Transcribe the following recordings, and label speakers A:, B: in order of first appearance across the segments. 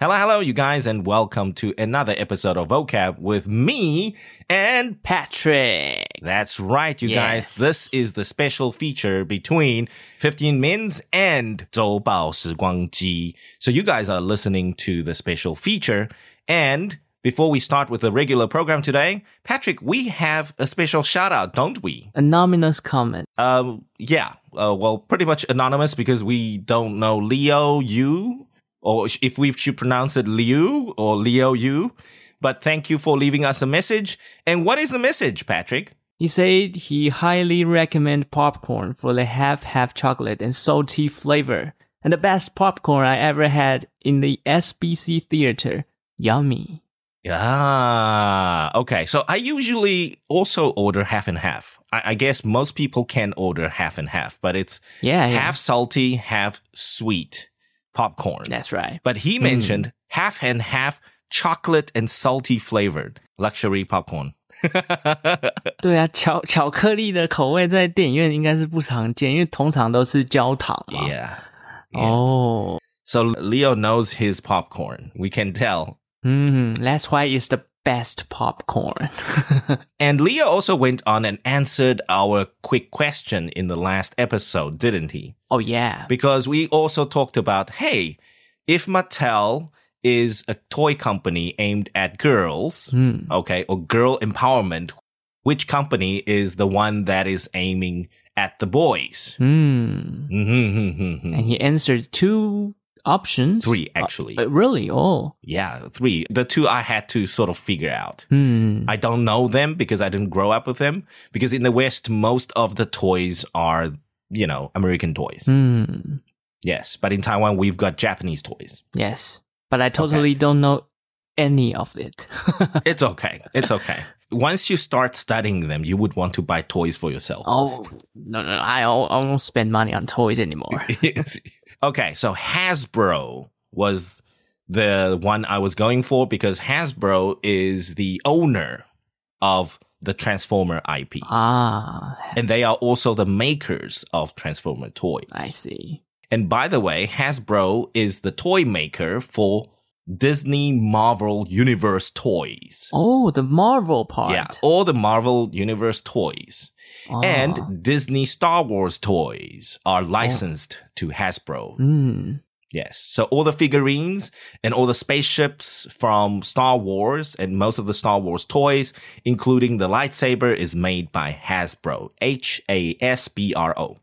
A: Hello, hello, you guys, and welcome to another episode of Vocab with me and
B: Patrick.
A: That's right, you
B: Yes.
A: guys. This is the special feature between 15 Minutes and 周报时光机. So you guys are listening to the special feature. And before we start with the regular program today, Patrick, we have a special shout out, don't we?
B: Anonymous comment.
A: Um, yeah. Uh, well, pretty much anonymous because we don't know Leo Yu, or sh- if we should pronounce it Liu or Leo Yu. But thank you for leaving us a message. And what is the message, Patrick?
B: He said he highly recommend popcorn for the half half chocolate and salty flavor. And the best popcorn I ever had in the SBC theater. Yummy.
A: Yeah. Ah, Okay. So I usually also order half and half. I, I guess most people can order half and half, but it's
B: Yeah. yeah.
A: half salty, half sweet popcorn.
B: That's right.
A: But he mentioned half and half chocolate and salty flavored luxury popcorn.
B: 对啊，巧巧克力的口味在电影院应该是不常见，因为通常都是焦糖嘛。Oh，
A: Yeah. yeah.
B: 哦，
A: So Leo knows his popcorn. We can tell.
B: 嗯，That's why it's the best popcorn.
A: And Leo also went on and answered our quick question in the last episode, didn't he?
B: oh yeah.
A: Because we also talked about hey, if Mattel is a toy company aimed at girls,
B: 嗯。
A: okay, or girl empowerment, which company is the one that is aiming at the boys?
B: Hmm.
A: Mm-hmm.
B: And he answered two options.
A: Three, actually.
B: Uh, really? Oh.
A: Yeah, three. The two I had to sort of figure out.
B: Hmm.
A: I don't know them because I didn't grow up with them. Because in the West, most of the toys are, you know, American toys.
B: Hmm.
A: Yes. But in Taiwan, we've got Japanese toys.
B: Yes. But I totally don't know any of it.
A: It's okay. It's okay. Once you start studying them, you would want to buy toys for yourself.
B: oh, no, no. I, don't- I don't spend money on toys anymore.
A: Yes. okay. So Hasbro was the one I was going for because Hasbro is the owner of the Transformer IP.
B: ah,
A: And they are also the makers of Transformer toys.
B: I see.
A: And by the way, Hasbro is the toy maker for Disney Marvel Universe toys.
B: Oh, the Marvel part.
A: Yeah, all the Marvel Universe toys
B: Ah. Oh.
A: and Disney Star Wars toys are licensed to Hasbro.
B: Hmm.
A: Yes. So all the figurines and all the spaceships from Star Wars and most of the Star Wars toys, including the lightsaber, is made by Hasbro. H A S B R O.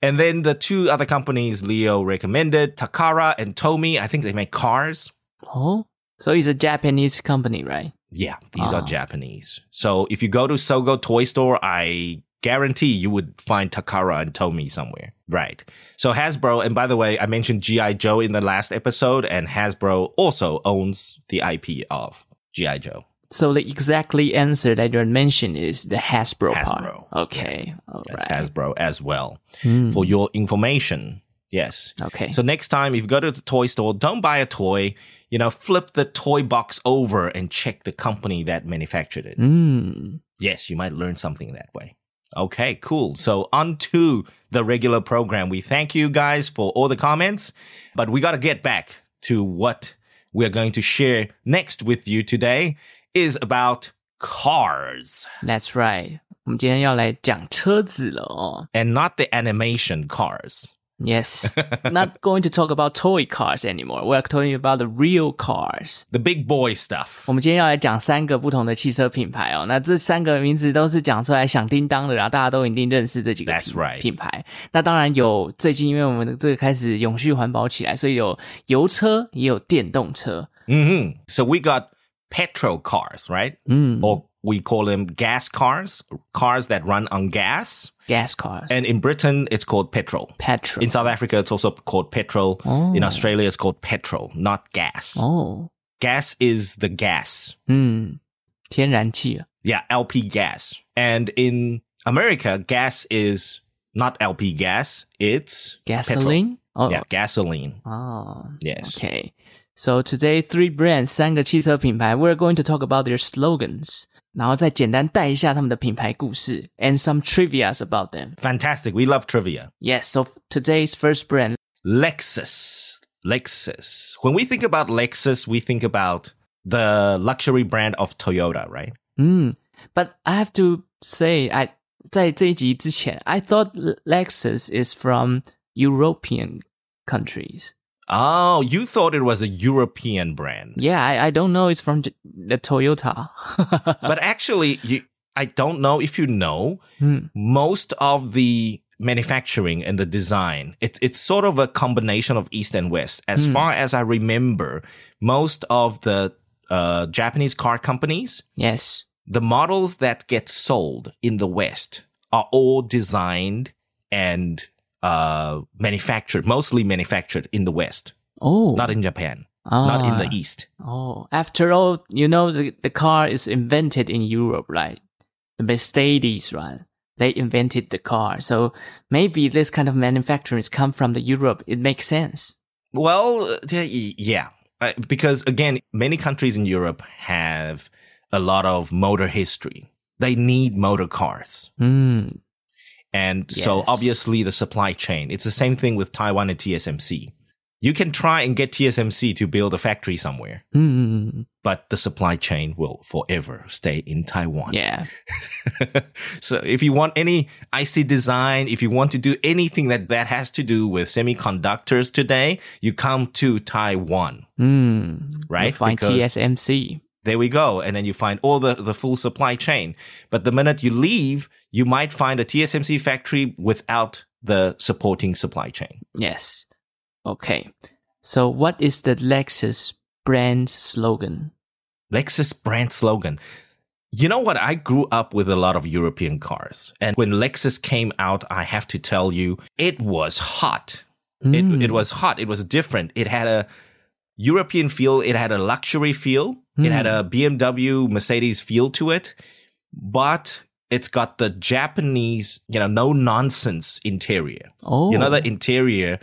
A: And then the two other companies Leo recommended, Takara and Tomy, I think they make cars.
B: Oh. So it's a Japanese company, right?
A: Yeah, these are
B: Ah.
A: Japanese. So if you go to Sogo Toy Store, I guarantee you would find Takara and Tomy somewhere. Right. So Hasbro, and by the way, I mentioned G.I. Joe in the last episode, and Hasbro also owns the IP of G.I. Joe.
B: So the exactly answer that you mentioned is the Hasbro,
A: Hasbro.
B: part. Okay. All
A: That's
B: right.
A: Hasbro as well.
B: Hmm.
A: For your information. Yes.
B: Okay.
A: So next time if you go to the toy store, don't buy a toy. You know, flip the toy box over and check the company that manufactured it.
B: Hmm.
A: Yes, you might learn something that way. Okay, cool. So on to the regular program. We thank you guys for all the comments, but we got to get back to what we're going to share next with you today is about cars
B: That's right，我们今天要来讲车子了哦。
A: and not the animation cars.
B: Yes, not going to talk about toy cars anymore. We're talking about the real cars.
A: The big boy stuff.
B: 我们今天要来讲三个不同的汽车品牌哦。那这三个名字都是讲出来响叮当的啦，大家都一定认识这几个
A: That's
B: 品
A: right
B: 品牌。那当然有，最近因为我们的这个开始永续环保起来，所以有油车也有电动车。
A: hmm So we got petrol cars, right?
B: 嗯
A: Or we call them gas cars, cars that run on gas.
B: ，gas cars、
A: And in Britain, it's called petrol.
B: petrol
A: In。South Africa, it's also called petrol.
B: Oh.
A: In Australia, it's called petrol, not gas.
B: 哦，
A: Gas is the gas.
B: 嗯，天然气啊。
A: Yeah, LP gas. And in America, gas is not LP gas, it's petrol.
B: gasoline。哦
A: Yeah, gasoline.
B: 哦
A: Yes.
B: Oh, Okay. So today, three brands 三个汽车品牌，we're going to talk about their slogans，然后再简单带一下他们的品牌故事，and some trivia's about them.
A: Fantastic. We love trivia.
B: Yes. So today's first brand
A: Lexus. Lexus. When we think about Lexus, we think about the luxury brand of Toyota, right?
B: 嗯，But Hmm, I have to say, I 在这一集之前，I thought Lexus is from European countries.
A: Oh, you thought it was a European brand.
B: Yeah, I, I don't know. It's from J- the Toyota.
A: But actually, you, I don't know if you know,
B: Hmm.
A: most of the manufacturing and the design it's it's sort of a combination of east and west
B: Hmm.
A: as far as i remember most of the uh, japanese car companies
B: yes.
A: the models that get sold in the West are all designed and uh, manufactured, mostly manufactured in the West,
B: Oh.
A: not in Japan,
B: ah.
A: not in the East.
B: Oh, after all, you know the, the car is invented in Europe, right? The Mercedes, right? They invented the car, so maybe this kind of manufacturers come from the Europe. It makes sense.
A: Well, uh, yeah, Uh, because again, many countries in Europe have a lot of motor history. They need motor cars.
B: Hmm.
A: And so
B: Yes.
A: obviously the supply chain, it's the same thing with Taiwan and TSMC. You can try and get TSMC to build a factory somewhere.
B: Hmm.
A: but the supply chain will forever stay in Taiwan.
B: Yeah.
A: so if you want any IC design, if you want to do anything that that has to do with semiconductors today, you come to Taiwan.
B: Hmm. You
A: Right,
B: find
A: because-
B: TSMC.
A: There we go. And then you find all the, the full supply chain. But the minute you leave, you might find a TSMC factory without the supporting supply chain.
B: Yes. Okay. So, what is the Lexus brand slogan?
A: Lexus brand slogan. You know what? I grew up with a lot of European cars. And when Lexus came out, I have to tell you, it was hot. It,
B: Mm. Hmm.
A: it was hot. It was different. It had a European feel. It had a luxury feel. It had a BMW Mercedes feel to it. But it's got the Japanese, you know, no nonsense interior.
B: Oh.
A: You know, the interior,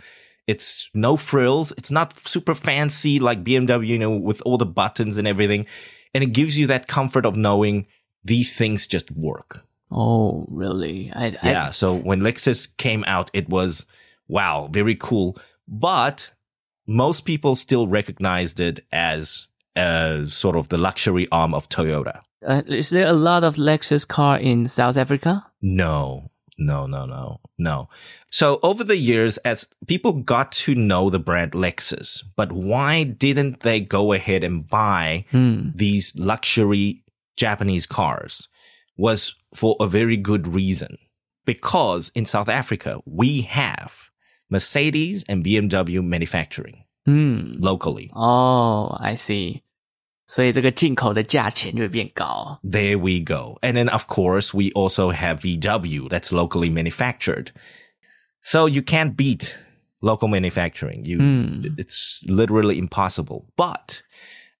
A: it's no frills. It's not super fancy like BMW, you know, with all the buttons and everything. And it gives you that comfort of knowing these things just work.
B: Oh, really? I, I
A: Yeah. So when Lexus came out, it was, wow, very cool. But most people still recognized it as uh, sort of the luxury arm of Toyota.
B: Uh, is there a lot of Lexus car in South Africa?
A: No, no, no, no, no. So over the years, as people got to know the brand Lexus, but why didn't they go ahead and buy
B: Hmm.
A: these luxury Japanese cars? Was for a very good reason. Because in South Africa, we have Mercedes and BMW manufacturing
B: Hmm.
A: locally.
B: Oh, I see. 所以这个进口的价钱就会变高。
A: There we go. And then, of course, we also have VW that's locally manufactured. So you can't beat local manufacturing. You, It's literally impossible. But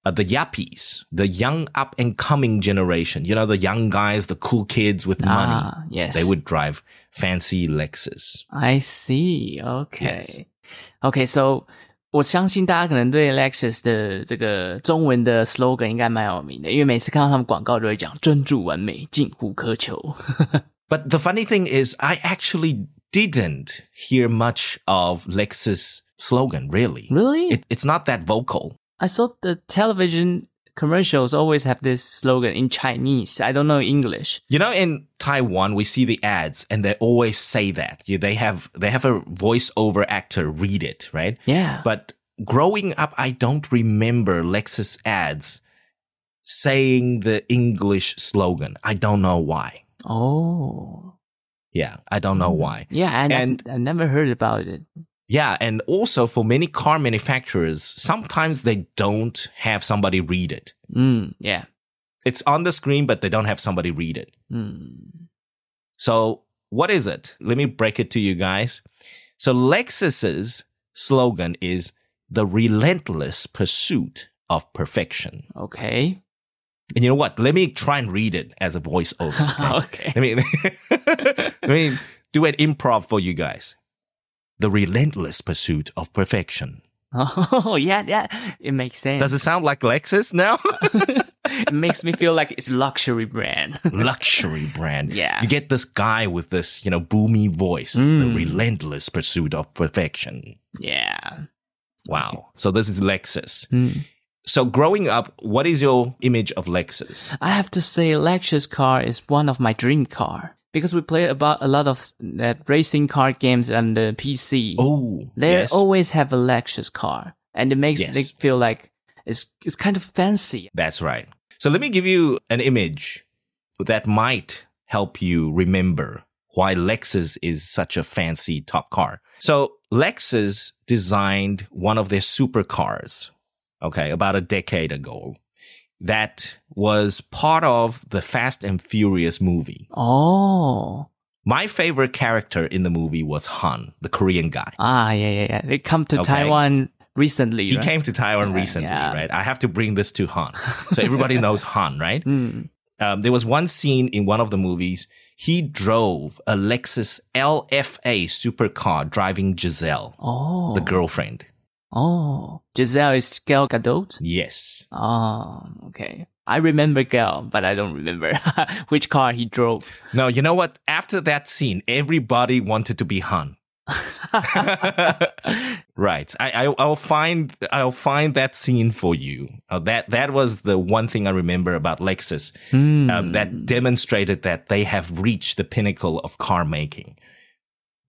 A: uh, the yuppies, the young up and coming generation, you know, the young guys, the cool kids with money,
B: Ah, yes.
A: they would drive fancy Lexus.
B: I see. Okay.
A: Yes.
B: Okay. So 我相信大家可能对 Lexus 的这个中文的 slogan 应该蛮有名的，因为每次看到他们广告都会讲“专注完美，近乎苛求
A: But the funny thing is, I actually didn't hear much of Lexus slogan, really.
B: Really?
A: It, it's not that vocal.
B: I thought the television commercials always have this slogan in Chinese. I don't know English.
A: You know, in Taiwan, we see the ads, and they always say that You- they have they have a voiceover actor read it, right?
B: Yeah.
A: But growing up, I don't remember Lexus ads saying the English slogan. I don't know why.
B: oh.
A: Yeah, I don't know why.
B: Yeah, and,
A: And-
B: I've, I've never heard about it.
A: Yeah, and also for many car manufacturers, sometimes they don't have somebody read it.
B: Mm, yeah.
A: It's on the screen, but they don't have somebody read it.
B: Mm.
A: So, what is it? Let me break it to you guys. So, Lexus's slogan is the relentless pursuit of perfection.
B: Okay.
A: And you know what? Let me try and read it as a voiceover. Okay?
B: okay.
A: let me let me do an improv for you guys. The relentless pursuit of perfection.
B: Oh yeah, yeah. It makes sense.
A: Does it sound like Lexus now?
B: it makes me feel like it's luxury brand.
A: Luxury brand.
B: Yeah. Mm.
A: You get this guy with this, you know, boomy voice. The relentless pursuit of perfection.
B: yeah.
A: Wow. So this is Lexus.
B: Mm.
A: So growing up, what is your image of Lexus?
B: I have to say, Lexus car is one of my dream car because we play about a lot of s- that racing car games on the PC.
A: Oh,
B: they
A: yes.
B: always have a Lexus car, and it makes
A: Yes.
B: it feel like it's it's kind of fancy.
A: That's right. So let me give you an image that might help you remember why Lexus is such a fancy top car. So Lexus designed one of their supercars, okay, about a decade ago. That was part of the Fast and Furious movie.
B: Oh,
A: My favorite character in the movie was Han, the Korean guy.
B: ah, yeah, yeah, yeah. They come to
A: Okay.
B: Taiwan recently.
A: He
B: right?
A: came to Taiwan
B: Yeah,
A: recently,
B: yeah.
A: right? I have to bring this to Han. So everybody knows Han, right?
B: Mm.
A: um, there was one scene in one of the movies. He drove a Lexus LFA supercar driving Giselle,
B: Oh,
A: the girlfriend.
B: oh, Giselle is Gal Gadot.
A: Yes.
B: Oh, okay. I remember Gal, but I don't remember which car he drove.
A: No, you know what? After that scene, everybody wanted to be Han. right. I, I I'll find I'll find that scene for you. Uh, that that was the one thing I remember about Lexus
B: Hmm.
A: um, that demonstrated that they have reached the pinnacle of car making.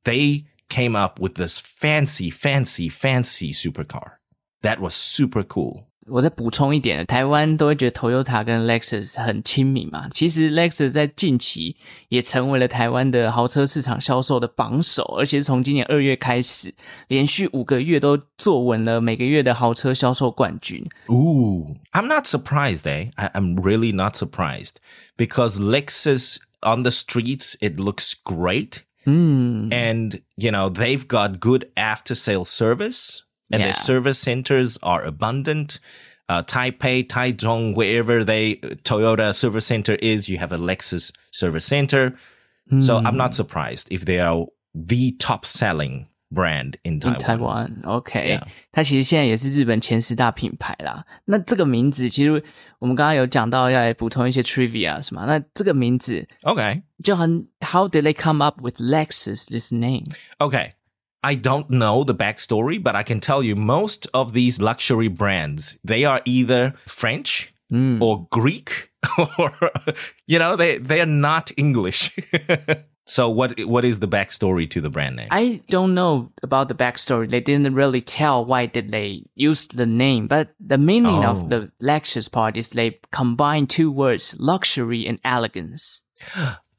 A: They came up with this fancy, fancy, fancy supercar. That was super cool.
B: 我再补充一点，台湾都会觉得 Toyota 跟 Lexus 很亲民嘛。其实 Lexus 在近期也成为了台湾的豪车市场销售的榜首，而且是从今年二月开始，连续五个月都坐稳了每个月的豪车销售冠军。
A: Ooh, I'm not surprised, eh? I, I'm really not surprised because Lexus on the streets, it looks great. Hmm.
B: 嗯，
A: And, you know, they've got good after sale service and
B: Yeah.
A: their service centers are abundant. Uh, Taipei, Taichung, wherever they Toyota service center is, you have a Lexus service center. So I'm not surprised if they are the top selling brand in Taiwan.
B: In Taiwan，OK，、
A: Yeah
B: 它其实现在也是日本前十大品牌啦。那这个名字，其实我们刚刚有讲到要来补充一些 trivia 是吗？那这个名字
A: Okay.
B: 就很 How did they come up with Lexus this name？
A: Okay. I don't know the backstory, but I can tell you most of these luxury brands, they are either French
B: 嗯，
A: or Greek or you know, they they are not English. so what what is the backstory to the brand name?
B: I don't know about the backstory. They didn't really tell why did they use the name, but the meaning
A: Oh.
B: of the Lexus part is they combine two words, luxury and elegance.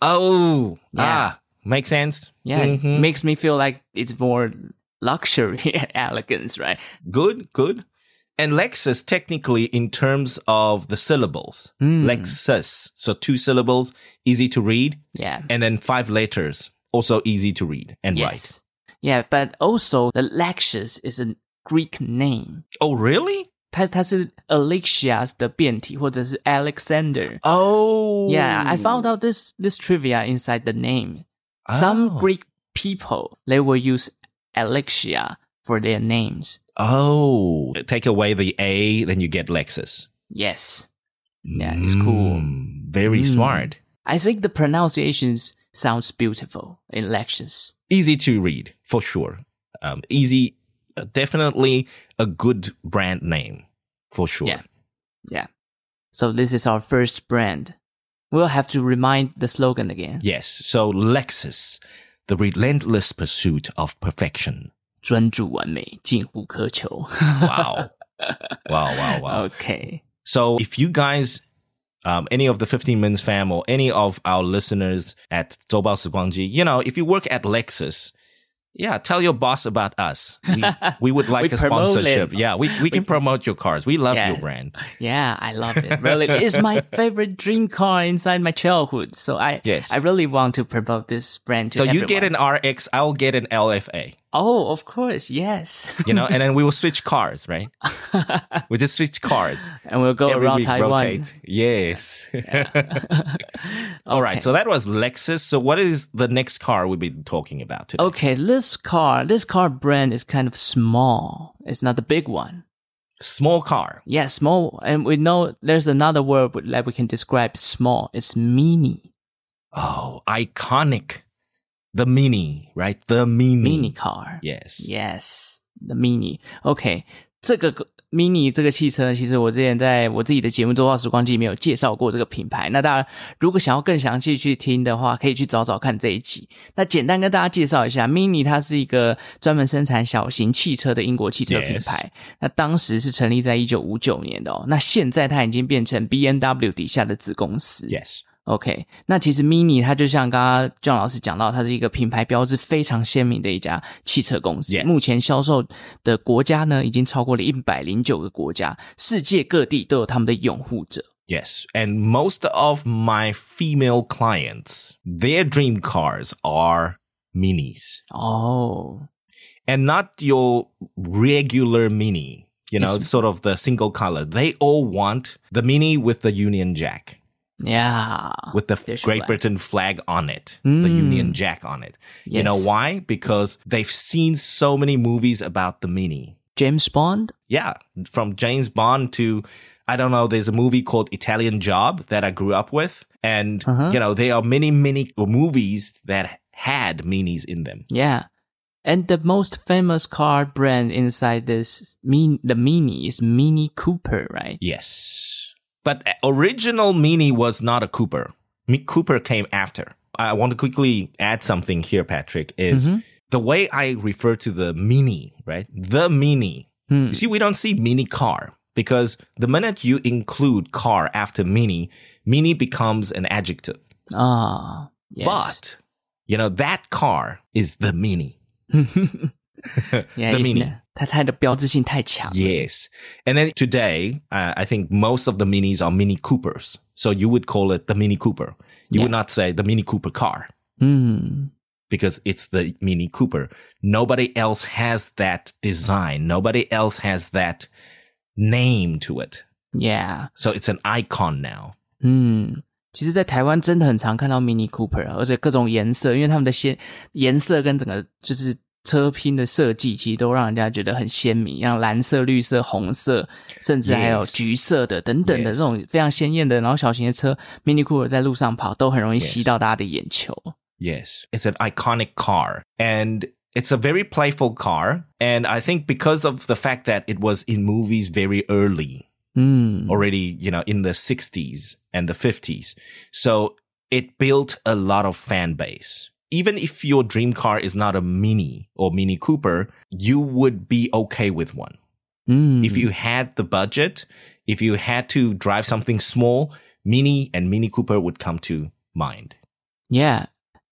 A: oh,
B: Yeah.
A: ah, makes sense.
B: Yeah,
A: Mhm.
B: it makes me feel like it's more luxury and elegance, right?
A: Good, good. And Lexus, technically, in terms of the syllables,
B: Hmm.
A: Lexus. So two syllables, easy to read,
B: Yeah.
A: and then five letters, also easy to read and write.
B: Yes. Yeah, but also the Lexus is a Greek name.
A: Oh, really?
B: 它-它是 Alexias 的变体，或者是 Alexander。
A: Oh,
B: Yeah, I found out this this trivia inside the name. Some
A: Oh.
B: Greek people they will use Alexia for their names.
A: Oh, take away the A, then you get Lexus.
B: Yes, Yeah, it's cool.
A: Mm, very
B: Mm.
A: smart.
B: I think the pronunciations sounds beautiful in Lexus.
A: Easy to read for sure. Um, easy, uh, definitely a good brand name for sure.
B: Yeah. So this is our first brand. We'll have to remind the slogan again.
A: Yes. So Lexus, the relentless pursuit of perfection.
B: 专注完美，近乎苛求。
A: Wow. wow, wow,
B: Oh,
A: wow.
B: okay.
A: So if you guys, um, any of the 15 Men's fam or any of our listeners at Zobao Siguangji, you know, if you work at Lexus, yeah, tell your boss about us. We, we would like
B: We
A: a
B: promote
A: sponsorship.
B: it.
A: Yeah, we, we can promote your cars. We love
B: Yeah.
A: your brand.
B: Yeah, I love it. Really, it's my favorite dream car inside my childhood. So I,
A: Yes.
B: I really want to promote this brand
A: So
B: to
A: you get
B: everyone.
A: an RX, I'll get an LFA,
B: Oh, of course, yes.
A: you know, and then we will switch cars, right? we just switch cars.
B: and we'll go
A: Every
B: around
A: week
B: Taiwan.
A: rotate. Yes. All right. So that was Lexus. So what is the next car we'll be talking about today?
B: Okay, this car, this car brand is kind of small. It's not the big one.
A: Small car.
B: Yeah, small. And we know there's another word that we can describe small. It's mini,
A: Oh, iconic. The mini, right? The mini.
B: mini car.
A: Yes.
B: Yes. the Mini。OK，这个 Mini 这个汽车，其实我之前在我自己的节目《周报时光机》里面有介绍过这个品牌。那当然，如果想要更详细去听的话，可以去找找看这一集。那简单跟大家介绍一下，Mini 它是一个专门生产小型汽车的英国汽车品牌。那当时是成立在一九五九年的哦。那现在它已经变成 B N W 底下的子公司。
A: Yes.
B: OK，那其实 Mini 它就像刚刚 John 老师讲到，它是一个品牌标志非常鲜明的一家汽车公司。
A: Yeah.
B: 目前销售的国家呢，已经超过了一百零九个国家，世界各地都有他们的拥护者。
A: Yes. And most of my female clients, their dream cars are minis
B: 哦，
A: and not your regular mini, you know,
B: Yes.
A: sort of the single color. They all want the mini with the Union Jack,
B: 呀，
A: with the
B: Fish
A: Great
B: flag.
A: Britain flag on it, the
B: Mm.
A: Union Jack on it. You know
B: Yes.
A: why? Because they've seen so many movies about the mini.
B: James Bond，
A: yeah, from James Bond to I don't know. There's a movie called Italian Job that I grew up with, and
B: Uh-huh.
A: you know there are many many movies that had minis in them.
B: Yeah. And the most famous car brand inside this min the Mini is Mini Cooper, right?
A: Yes, but original mini was not a Cooper. Mi- Cooper came after. I want to quickly add something here, Patrick. Is
B: Mm-hmm.
A: the way I refer to the mini, right? The mini.
B: Hmm.
A: You see, we don't see mini car because the minute you include car after mini, mini becomes an adjective.
B: Ah, yes.
A: But you know that car is the Mini.
B: yeah,
A: the
B: isn't
A: Mini.
B: it? 它它的标志性太强。
A: Yes, and then today uh, I think most of the Minis are Mini Coopers. So you would call it the Mini Cooper. You would not say the Mini Cooper car
B: 嗯，
A: because it's the Mini Cooper. Nobody else has that design. Nobody else has that name to it.
B: Yeah，
A: So it's an icon now.
B: 嗯，其实，在台湾真的很常看到 Mini Cooper，而啊且各种颜色，因为他们的鲜颜色跟整个就是车拼的设计，其实都让人家觉得很鲜明，像蓝色、绿色、红色，甚至还有
A: Yes.
B: 橘色的等等的
A: Yes.
B: 这种非常鲜艳的，然后小型的车 Mini Cooper 在路上跑，都很容易
A: Yes.
B: 吸到大家的眼球。
A: Yes, it's an iconic car and it's a very playful car. And I think because of the fact that it was in movies very early,
B: 嗯
A: already, you know, in the 60s and the 50s. So it built a lot of fan base. Even if your dream car is not a Mini or Mini Cooper, you would be okay with one.
B: 嗯，
A: If you had the budget, if you had to drive something small, Mini and Mini Cooper would come to mind.
B: Yeah.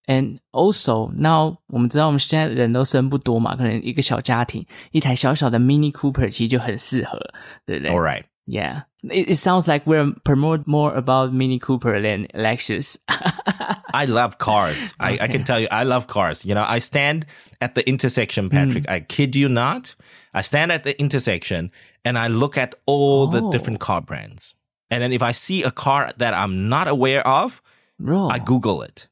B: And also now 我们知道我们现在人都生不多嘛，可能一个小家庭一台小小的 Mini Cooper 其实就很适合，对不对
A: All right.
B: Yeah. It, it sounds like we're promote more about Mini Cooper than Lexus.
A: I love cars. I, I
B: Okay.
A: can tell you, I love cars. You know, I stand at the intersection, Patrick.
B: Hmm.
A: I kid you not. I stand at the intersection and I look at all the
B: Oh.
A: different car brands. And then if I see a car that I'm not aware of,
B: Raw.
A: I Google it.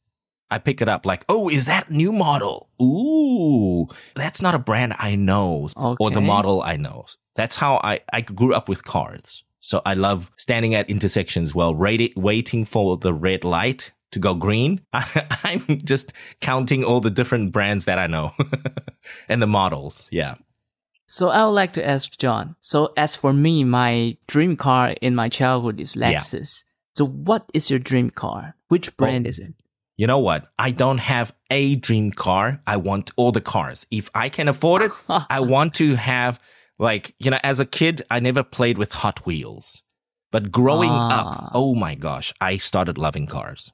A: I pick it up like, oh, is that new model? Ooh, that's not a brand I know or the
B: Okay.
A: model I know. That's how I, I grew up with cars. So I love standing at intersections while radi- waiting for the red light to go green. I, I'm just counting all the different brands that I know and the models. Yeah.
B: so I would like to ask John. So as for me, my dream car in my childhood is
A: Yeah. Oh.
B: Lexus. So what is your dream car? Which brand is it?
A: You know what? I don't have a dream car. I want all the cars. If I can afford it, I want to have like, you know, as a kid, I never played with Hot Wheels. But growing
B: Ah.
A: up, oh my gosh, I started loving cars.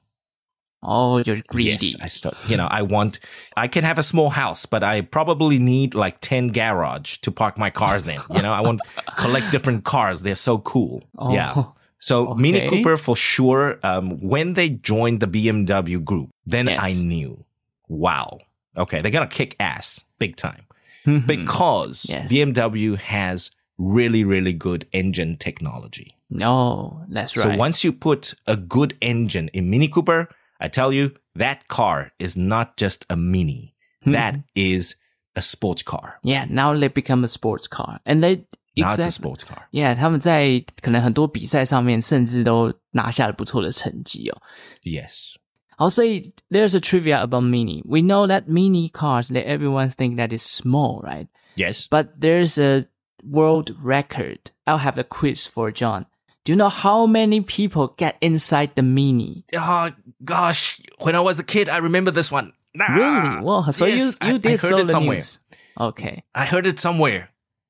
B: Oh, you're greedy.
A: Yes, I start, you know, I want I can have a small house, but I probably need like 10 garage to park my cars in. You know, I want collect different cars. They're so cool.
B: Oh.
A: Yeah. So Mini
B: Okay.
A: Cooper for sure. Um, when they joined the BMW group, then
B: Yes.
A: I knew, wow, okay, they're gonna kick ass big time because
B: Mm-hmm. Yes.
A: BMW has really, really good engine technology.
B: no, that's right.
A: So once you put a good engine in Mini Cooper, I tell you that car is not just a Mini.
B: Mm-hmm.
A: That is a sports car.
B: Yeah, now they become a sports car, and they
A: Now it's a
B: exactly.
A: sports car.
B: Yeah，他们在可能很多比赛上面甚至都拿下了不错的成绩哦。
A: Yes.
B: 好，所以 there's a trivia about mini. We know that mini cars that everyone think that is small, right?
A: Yes.
B: But there's a world record. I'll have a quiz for John. Do you know how many people get inside the mini?
A: Oh gosh, when I was a kid, I remember this one. Nah.
B: Really? Well, so
A: Ah, Yes,
B: you
A: I-
B: you
A: I
B: did
A: heard
B: so
A: it somewhere.
B: news. Okay.
A: I heard it somewhere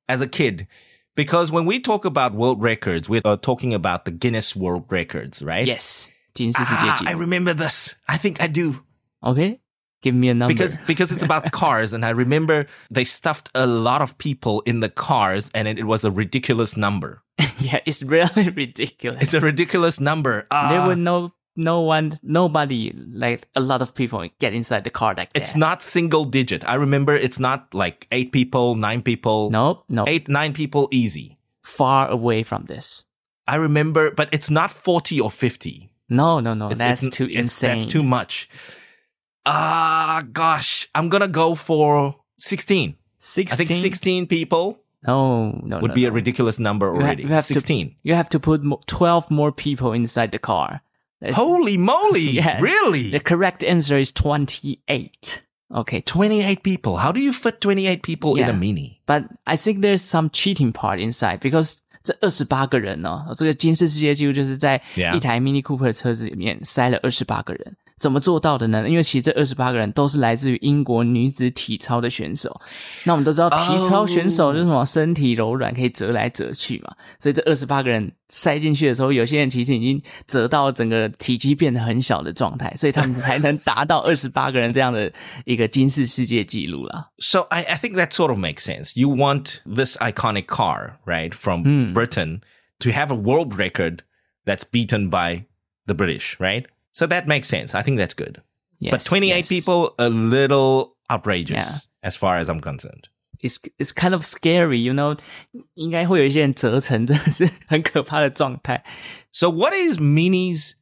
A: as a kid. Because when we talk about world records, we are talking about the Guinness World Records, right?
B: Yes.
A: Ah,
B: 吉尼斯世界纪录。
A: I remember this. I think I do.
B: Okay. Give me a number.
A: Because because it's about cars and I remember they stuffed a lot of people in the cars and it, it was a ridiculous number.
B: yeah, it's really ridiculous.
A: It's a ridiculous number. Ah,
B: there were no no one nobody like a lot of people get inside the car like
A: it's
B: that.
A: not single digit. I remember it's not like 8 people, 9 people.
B: nope, no
A: 8 9 people easy.
B: far away from this.
A: I remember but it's not 40 or 50.
B: No, no, no.
A: It's-
B: Oh, that's
A: it's-
B: too
A: it's-
B: insane.
A: That's too much. Ah, gosh. I'm going to go for 16. I
B: sixteen.
A: think 16 people
B: No, no.
A: would
B: no,
A: be a
B: no.
A: ridiculous number
B: ha-
A: already.
B: you have to-
A: 16.
B: You have to put mo- twelve more people inside the car. That's-
A: Holy moly.
B: Yeah. The
A: Really?
B: correct answer is twenty-eight. Okay,
A: 28 people. How do you fit 28 people in
B: Yeah.
A: a mini?
B: But I think there's some cheating part inside because 这二十八个人呢、这个金氏世界纪录就是在
A: Yeah.
B: 一台 Mini Cooper 的车子里面塞了二十八个人。怎么做到的呢？因为其实这二十八个人都是来自于英国女子体操的选手。那我们都知道，体操选手就是什么身体柔软，可以折来折去嘛。所以这二十八个人塞进去的时候，有些人其实已经折到整个体积变得很小的状态，所以他们才能达到二十八个人这样的一个金氏世界纪录啦。
A: So I, I think that sort of makes sense. You want this iconic car, right, from
B: Hmm.
A: Britain to have a world record that's beaten by the British, right? So that makes sense. I think that's good. but
B: Yes,
A: 28
B: yes.
A: people a little outrageous as far as i'm concerned
B: it's it's kind of scary, you know，应该会有一些人折成，真的是很可怕的状态。
A: so what is mini's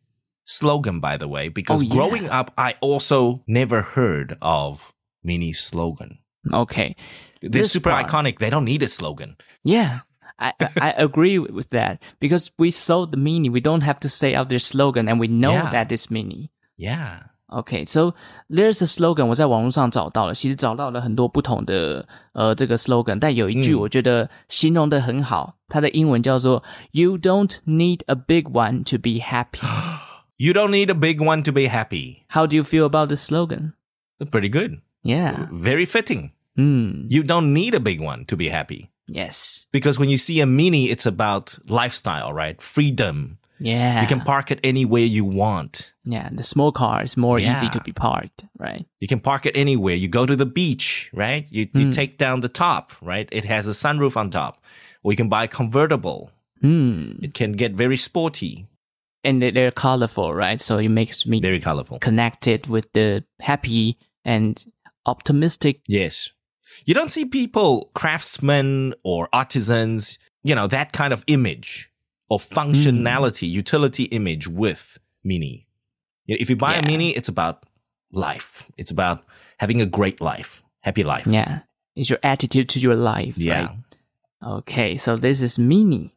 A: slogan by the way because
B: Oh, yeah.
A: growing up i also never heard of mini's slogan
B: Okay,
A: they're
B: This
A: super
B: part.
A: iconic they don't need a slogan
B: yeah, I I I agree with that because we sold the mini, we don't have to say out their slogan, and we know
A: Yeah.
B: that is mini.
A: yeah
B: Okay, so there's a slogan，我在网络上找到了，其实找到了很多不同的呃这个 slogan，但有一句
A: 嗯
B: 我觉得形容的很好，它的英文叫做 "You don't need a big one to be happy."
A: you don't need a big one to be happy
B: How do you feel about the slogan?
A: pretty good
B: Yeah，Hmm.
A: very fitting
B: 嗯。
A: you don't need a big one to be happy
B: Yes.
A: because when you see a mini it's about lifestyle right freedom
B: Yeah.
A: you can park it anywhere you want
B: yeah, the small car is more easy
A: Yeah.
B: to be parked, right?
A: You can park it anywhere. You go to the beach, right? You, you take down the top, right? It has a sunroof on top. Or you can buy a convertible.
B: Hmm.
A: It can get very sporty,
B: And they- they're colorful, right? So it makes me
A: very colorful.
B: connected with the happy and optimistic.
A: Yes. You don't see people, craftsmen or artisans, you know, that kind of image or
B: Hmm.
A: functionality, utility image with Mini. You know, If you buy a
B: Yeah.
A: Mini, it's about life. It's about having a great life, happy life.
B: Yeah. It's your attitude to your life,
A: Yeah.
B: right? Okay, so this is mini.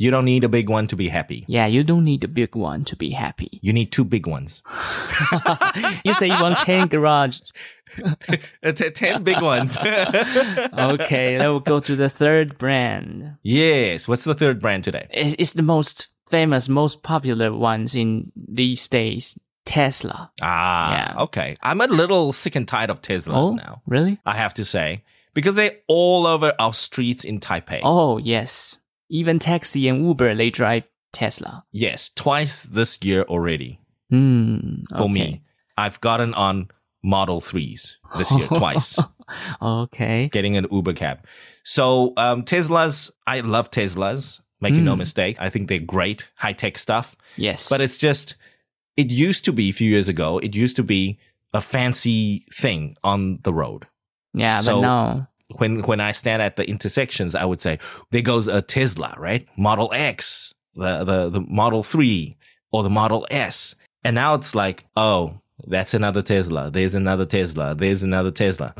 A: You don't need a big one to be happy.
B: Yeah, you don't need a big one to be happy.
A: You need two big ones.
B: you say you want 10 garage.
A: Uh, t- 10 big ones.
B: Okay, now we'll go to the third brand.
A: yes. What's the third brand today?
B: It's it's the most famous, most popular ones in these days. Tesla.
A: Ah,
B: Yeah. Oh.
A: okay. I'm a little sick and tired of Teslas now,
B: really?
A: I have to say, because they're all over our streets in Taipei.
B: Oh, yes. Even taxi and Uber, they drive Tesla.
A: Yes, twice this year already
B: Hmm.
A: for me. I've gotten on Model 3s this year, twice,
B: Okay.
A: getting an Uber cab. So, um, Teslas, I love Teslas, making no mistake. I think they're great, high tech stuff.
B: Yes.
A: But it's just, it used to be a few years ago, it used to be a fancy thing on the road.
B: yeah,
A: so-
B: but now.
A: When, when I stand at the intersections, I would say, there goes a Tesla, right? Model X, the, the, the Model 3 or the Model S. And now it's like, oh, that's another Tesla. There's another Tesla. There's another Tesla.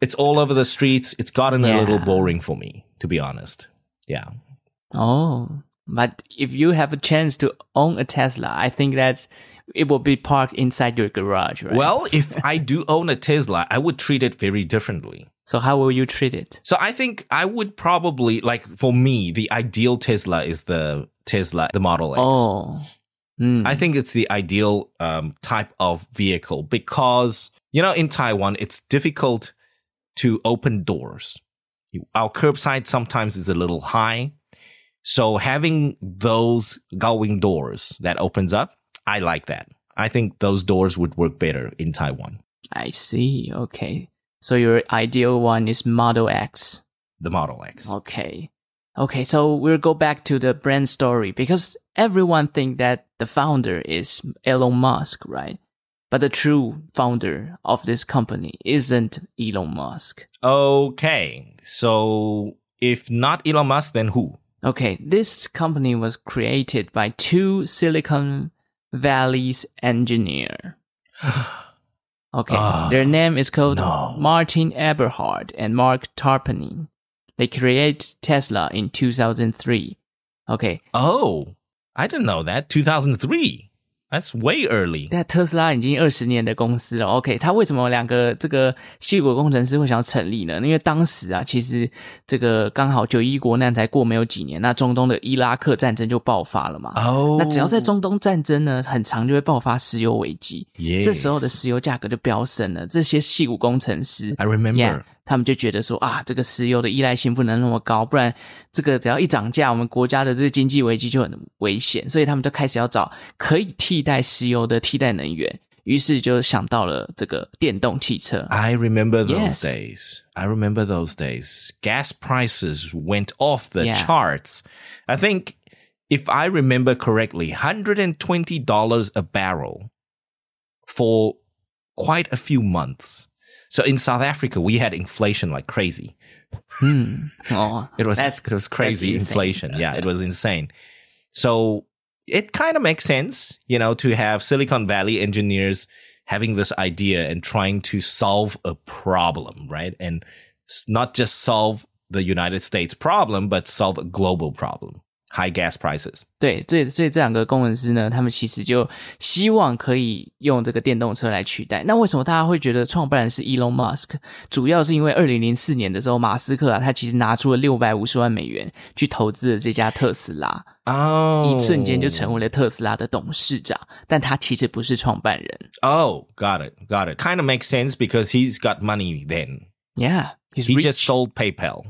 A: it's all over the streets. It's gotten a little
B: Yeah.
A: boring for me, to be honest. Yeah.
B: Oh. But if you have a chance to own a Tesla, I think that's it will be parked inside your garage, right?
A: Well, if I do own a Tesla, I would treat it very differently.
B: So how will you treat it?
A: So I think I would probably like for me the ideal Tesla is the Tesla the Model X.
B: Oh, Mm.
A: I think it's the ideal um, type of vehicle because you know in Taiwan it's difficult to open doors. You- Our curbside sometimes is a little high, so having those going doors that opens up, I like that. I think those doors would work better in Taiwan.
B: I see. Okay. So your ideal one is Model X.
A: The Model X.
B: Okay. Okay, so we'll go back to the brand story because everyone think that the founder is Elon Musk, right? But the true founder of this company isn't Elon Musk.
A: Okay, so if not Elon Musk, then who?
B: Okay, this company was created by two Silicon Valley's engineer. Okay,
A: Ah,
B: their name is called
A: no.
B: Martin Eberhard and Mark Tarpening. They created Tesla in 2003. Okay,
A: Oh, I didn't know that. 2003. That's way early.
B: 但特斯拉已经二十年的公司了。OK，它为什么两个这个西国工程师会想要成立呢？因为当时啊，其实这个刚好九一国难才过没有几年，那中东的伊拉克战争就爆发了嘛。
A: Oh,
B: 那只要在中东战争呢，很长就会爆发石油危机。
A: Yes.
B: 这时候的石油价格就飙升了，这些细骨工程师
A: I remember.
B: Yeah，他们就觉得说啊，这个石油的依赖性不能那么高，不然这个只要一涨价，我们国家的这个经济危机就很危险，所以他们就开始要找可以替代石油的替代能源，于是就想到了这个电动汽车。
A: I remember those
B: Yes.
A: days. I remember those days. Gas prices went off the
B: Yeah.
A: charts. I think if I remember correctly, $120 a barrel for quite a few months. So in South Africa, we had inflation like crazy.
B: 嗯，哦
A: It was
B: ，That's
A: it was crazy
B: insane.
A: inflation. Yeah, it was insane. So it kind of makes sense, you know, to have Silicon Valley engineers having this idea and trying to solve a problem, right? And s- not just solve the United States problem, but solve a global problem. High gas prices.
B: 对，所以所以这两个工程师呢，他们其实就希望可以用这个电动车来取代。那为什么大家会觉得创办人是 Elon Musk？主要是因为二零零四年的时候，马斯克啊，他其实拿出了六百五十万美元去投资了这家特斯拉，
A: Oh.
B: 一瞬间就成为了特斯拉的董事长。但他其实不是创办人
A: Oh, got it. Got it. Kind of makes sense because he's got money then.
B: ，Yeah，he's
A: He
B: rich.
A: just sold PayPal.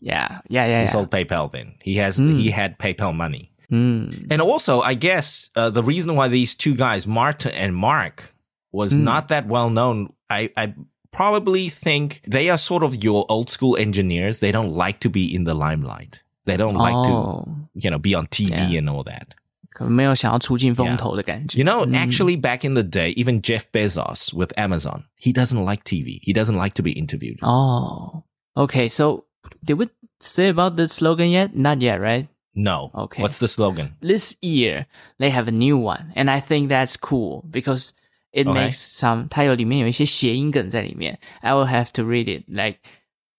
A: He
B: Yeah，Yeah，Yeah，Yeah，
A: sold PayPal then. He has
B: Mm.
A: he had PayPal money.
B: 嗯，
A: And also, I guess uh, the reason why these two guys, Martin and Mark, was
B: Mm.
A: not that well known, I, I probably think they are sort of your old school engineers. They don't like to be in the limelight. They don't like to,
B: 哦，
A: you know, be on TV
B: Oh. Yeah.
A: and all that.
B: 可能没有想要出尽风头的感觉。Mm.
A: You know,
B: 嗯
A: actually, back in the day, even Jeff Bezos with Amazon, he doesn't like TV. He doesn't like to be interviewed.
B: Oh, okay. So did we say about the slogan yet? Not yet, right?
A: No.
B: Okay.
A: What's the slogan?
B: This year they have a new one, and I think that's cool because it
A: Okay.
B: makes some. 它有里面有一些谐音梗在里面. I will have to read it. Like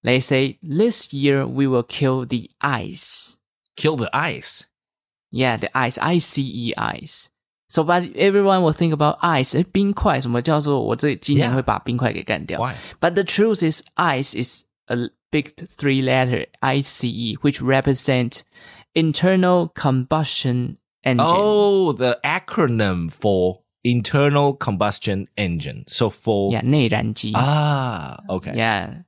B: they say, this year we will kill the ice.
A: Kill the ice.
B: Yeah, the ice, I C E ice. So, but everyone will think about ice. 诶冰块什么叫做我这今年
A: Yeah.
B: 会把冰块给干掉
A: Why?
B: But the truth is, ICE is a big three letter ICE, E, which represent internal combustion engine.
A: Oh, the acronym for internal combustion engine. So for
B: yeah, 内燃机。
A: ah, okay,
B: Yeah.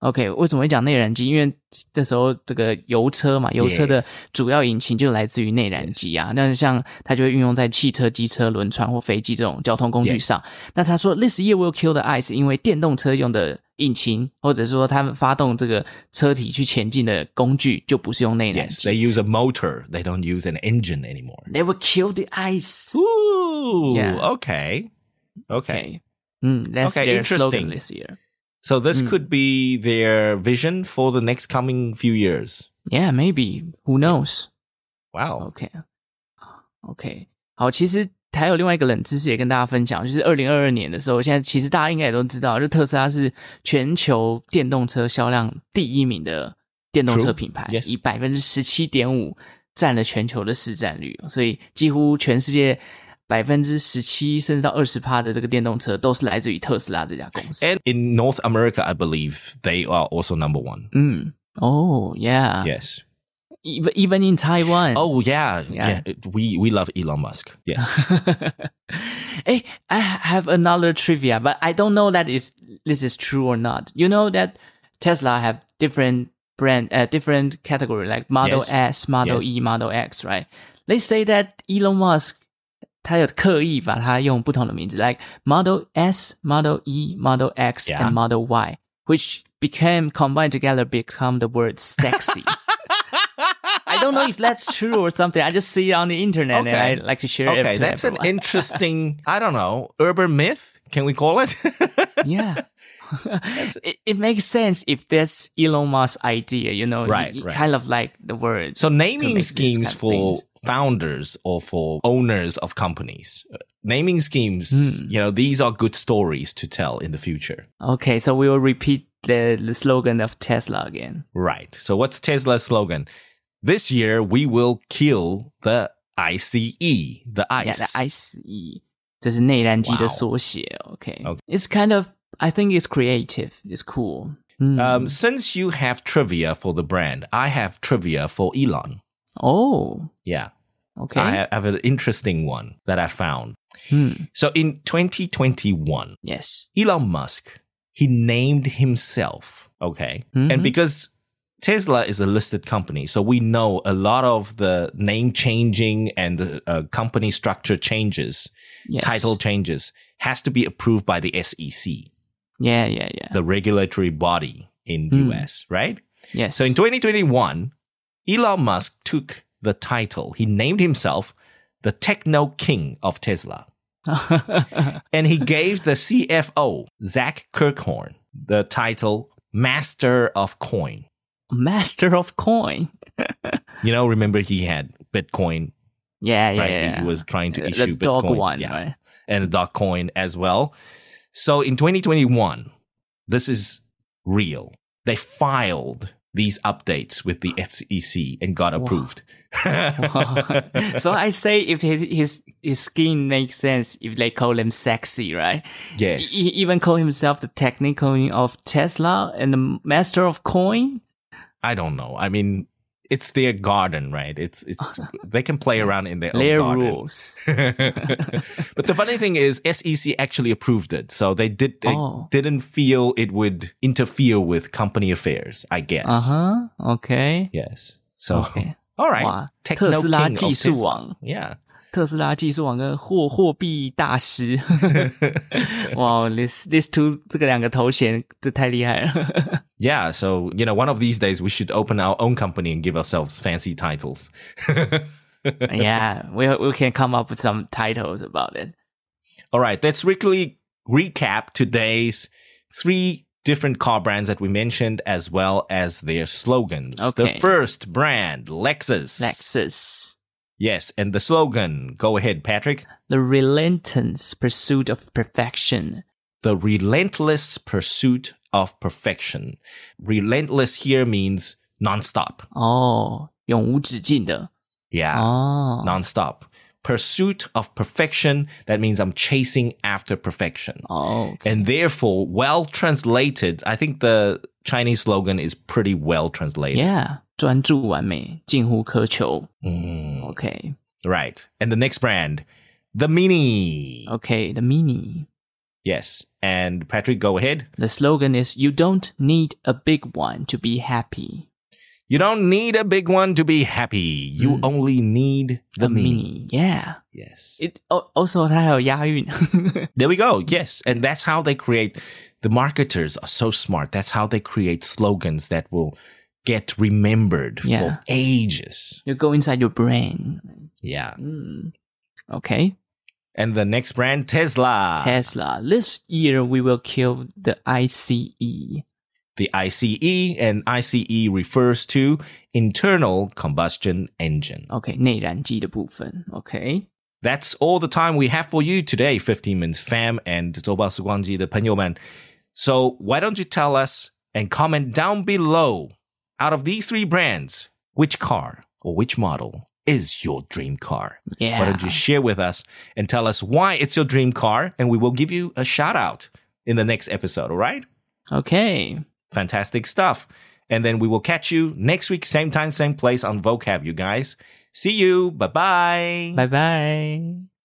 B: OK，为什么会讲内燃机？因为这时候这个油车嘛，油车的
A: Yes.
B: 主要引擎就来自于内燃机啊。那像它就会运用在汽车、机车、轮船或飞机这种交通工具
A: Yes.
B: 上。那他说，This year will kill the ice，因为电动车用的引擎，或者说他们发动这个车体去前进的工具，就不是用内燃
A: yes.
B: 机。
A: They use a motor. They don't use an engine anymore.
B: They will kill the ice.
A: Ooh,
B: Yeah.
A: okay, okay.
B: Okay. 嗯，That's
A: Okay,
B: their slogan
A: interesting.
B: this year.
A: So this
B: Mm.
A: could be their vision for the next coming few years.
B: Yeah, maybe. Who knows?
A: Wow.
B: OK 啊 OK，好，其实还有另外一个冷知识也跟大家分享，就是二零二二年的时候，现在其实大家应该也都知道，就特斯拉是全球电动车销量第一名的电动车
A: True.
B: 品牌
A: Yes.
B: 以百分之十七点五占了全球的市占率，所以几乎全世界百分之十七甚至到二十趴的这个电动车都是来自于特斯拉这家公司。
A: And in North America, I believe they are also number one.
B: 嗯，哦、y e a h
A: Yes.
B: e v e n even in Taiwan，
A: Oh yeah,
B: Yeah.
A: yeah. We we love Elon Musk. Yes.
B: Hey, I have another trivia, but I don't know that if this is true or not. You know that Tesla have different brand, uh, different category like Model
A: Yes.
B: S, Model
A: Yes.
B: E, Model X, right? They say that Elon Musk 他有刻意把它用不同的名字, like Model S, Model E, Model X,
A: Yeah.
B: and Model Y, which became combined together become the word sexy. I don't know if that's true or something. I just see it on the internet and
A: Okay.
B: I like to share it.
A: okay,
B: to
A: that's an
B: everyone.
A: interesting. I don't know urban myth. Can we call it?
B: yeah. it, it makes sense if that's Elon Musk's idea, you know,
A: Right,
B: you- you
A: right.
B: kind of like the word.
A: so
B: Could make
A: naming
B: these
A: schemes
B: kind of
A: for
B: things.
A: founders or for owners of companies. Uh, Naming schemes,
B: Hmm.
A: you know, these are good stories to tell in the future.
B: Okay, so we will repeat the, the slogan of Tesla again.
A: Right. So what's Tesla's slogan? This year we will kill the ICE, the ice.
B: Yeah, the ICE. 这是内燃机的缩写。Okay. It's kind of, I think it's creative. It's cool. Mm.
A: Um, since you have trivia for the brand, I have trivia for Elon.
B: oh,
A: Yeah.
B: okay.
A: I ha- have an interesting one that I found.
B: Hmm,
A: So in 2021,
B: Yes.
A: Elon Musk, he named himself, okay? And because Tesla is a listed company, so we know a lot of the name changing and the uh, company structure changes,
B: Yes.
A: title changes has to be approved by the SEC,
B: Yeah, yeah, yeah.
A: the regulatory body in
B: Hmm.
A: US, right?
B: yes.
A: So in 2021, Elon Musk took the title. He named himself the Techno King of Tesla. and he gave the CFO, Zach Kirkhorn, the title Master of Coin.
B: Master of coin.
A: You know, remember he had Bitcoin,
B: Yeah, yeah,
A: right?
B: yeah.
A: He was trying to
B: the
A: issue
B: the dog
A: Bitcoin.
B: one,
A: yeah.
B: right?
A: And a dog coin as well. So in 2021, this is real. They filed these updates with the FCC and got approved.
B: so I say if his, his his skin makes sense if they call him sexy, right?
A: Yes.
B: He even call himself the technical of Tesla and the master of coin.
A: I don't know. I mean, it's their garden, right? It's it's they can play around in their own
B: Their
A: garden.
B: rules.
A: but the funny thing is, SEC actually approved it, so they did they
B: Oh.
A: didn't feel it would interfere with company affairs. I guess.
B: Uh huh. Okay.
A: Yes. So
B: Okay.
A: all right.
B: 哇，
A: Oh, Techno
B: 特斯拉
A: king of
B: 技术
A: Tesla.
B: 王，
A: Yeah.
B: 特斯拉技术网跟货货币 大师。哇、wow,，this this two 这个两个头衔，这太厉害 了。
A: Yeah, so you know, one of these days we should open our own company and give ourselves fancy titles.
B: yeah, we we can come up with some titles about it.
A: All right, let's quickly recap today's three different car brands that we mentioned, as well as their slogans.
B: Okay.
A: The first brand, Lexus.
B: Lexus.
A: Yes, and the slogan, go ahead, Patrick.
B: the relentless pursuit of perfection.
A: The relentless pursuit of perfection. Relentless here means nonstop.
B: 哦，Oh, 永无止境的 Oh,
A: Yeah,
B: 哦
A: nonstop. Pursuit of perfection, that means I'm chasing after perfection.
B: 哦，OK，
A: and therefore well translated. I think the Chinese slogan is pretty well translated.
B: yeah，专注完美，近乎苛求。
A: Mm,
B: OK
A: right. And the next brand, the Mini.
B: OK the mini
A: Yes. And Patrick, go ahead.
B: the slogan is you don't need a big one to be happy.
A: You don't need a big one to be happy. You only need the
B: A
A: mini.
B: mini yeah
A: Yes.
B: it al- also 它还有押韵。
A: there we go. Yes. And that's how they create the marketers are so smart. That's how they create slogans that will get remembered
B: Yeah.
A: for ages.
B: you go inside your brain. Hmm.
A: Yeah.
B: Okay.
A: And the next brand, Tesla.
B: Tesla. This year we will kill the E. ICE.
A: The ICE and ICE refers to internal combustion engine.
B: OK，内燃机的部分。OK。
A: That's all the time we have for you today, 15 Minutes Fam and 周报时光机的朋友们. So why don't you tell us and comment down below, out of these three brands, which car or which model is your dream car?
B: Yeah.
A: Why don't you share with us and tell us why it's your dream car? And we will give you a shout out in the next episode, all right?
B: Okay.
A: Fantastic stuff. And then we will catch you next week, same time, same place on Vocab, you guys. See you. Bye bye.
B: Bye bye.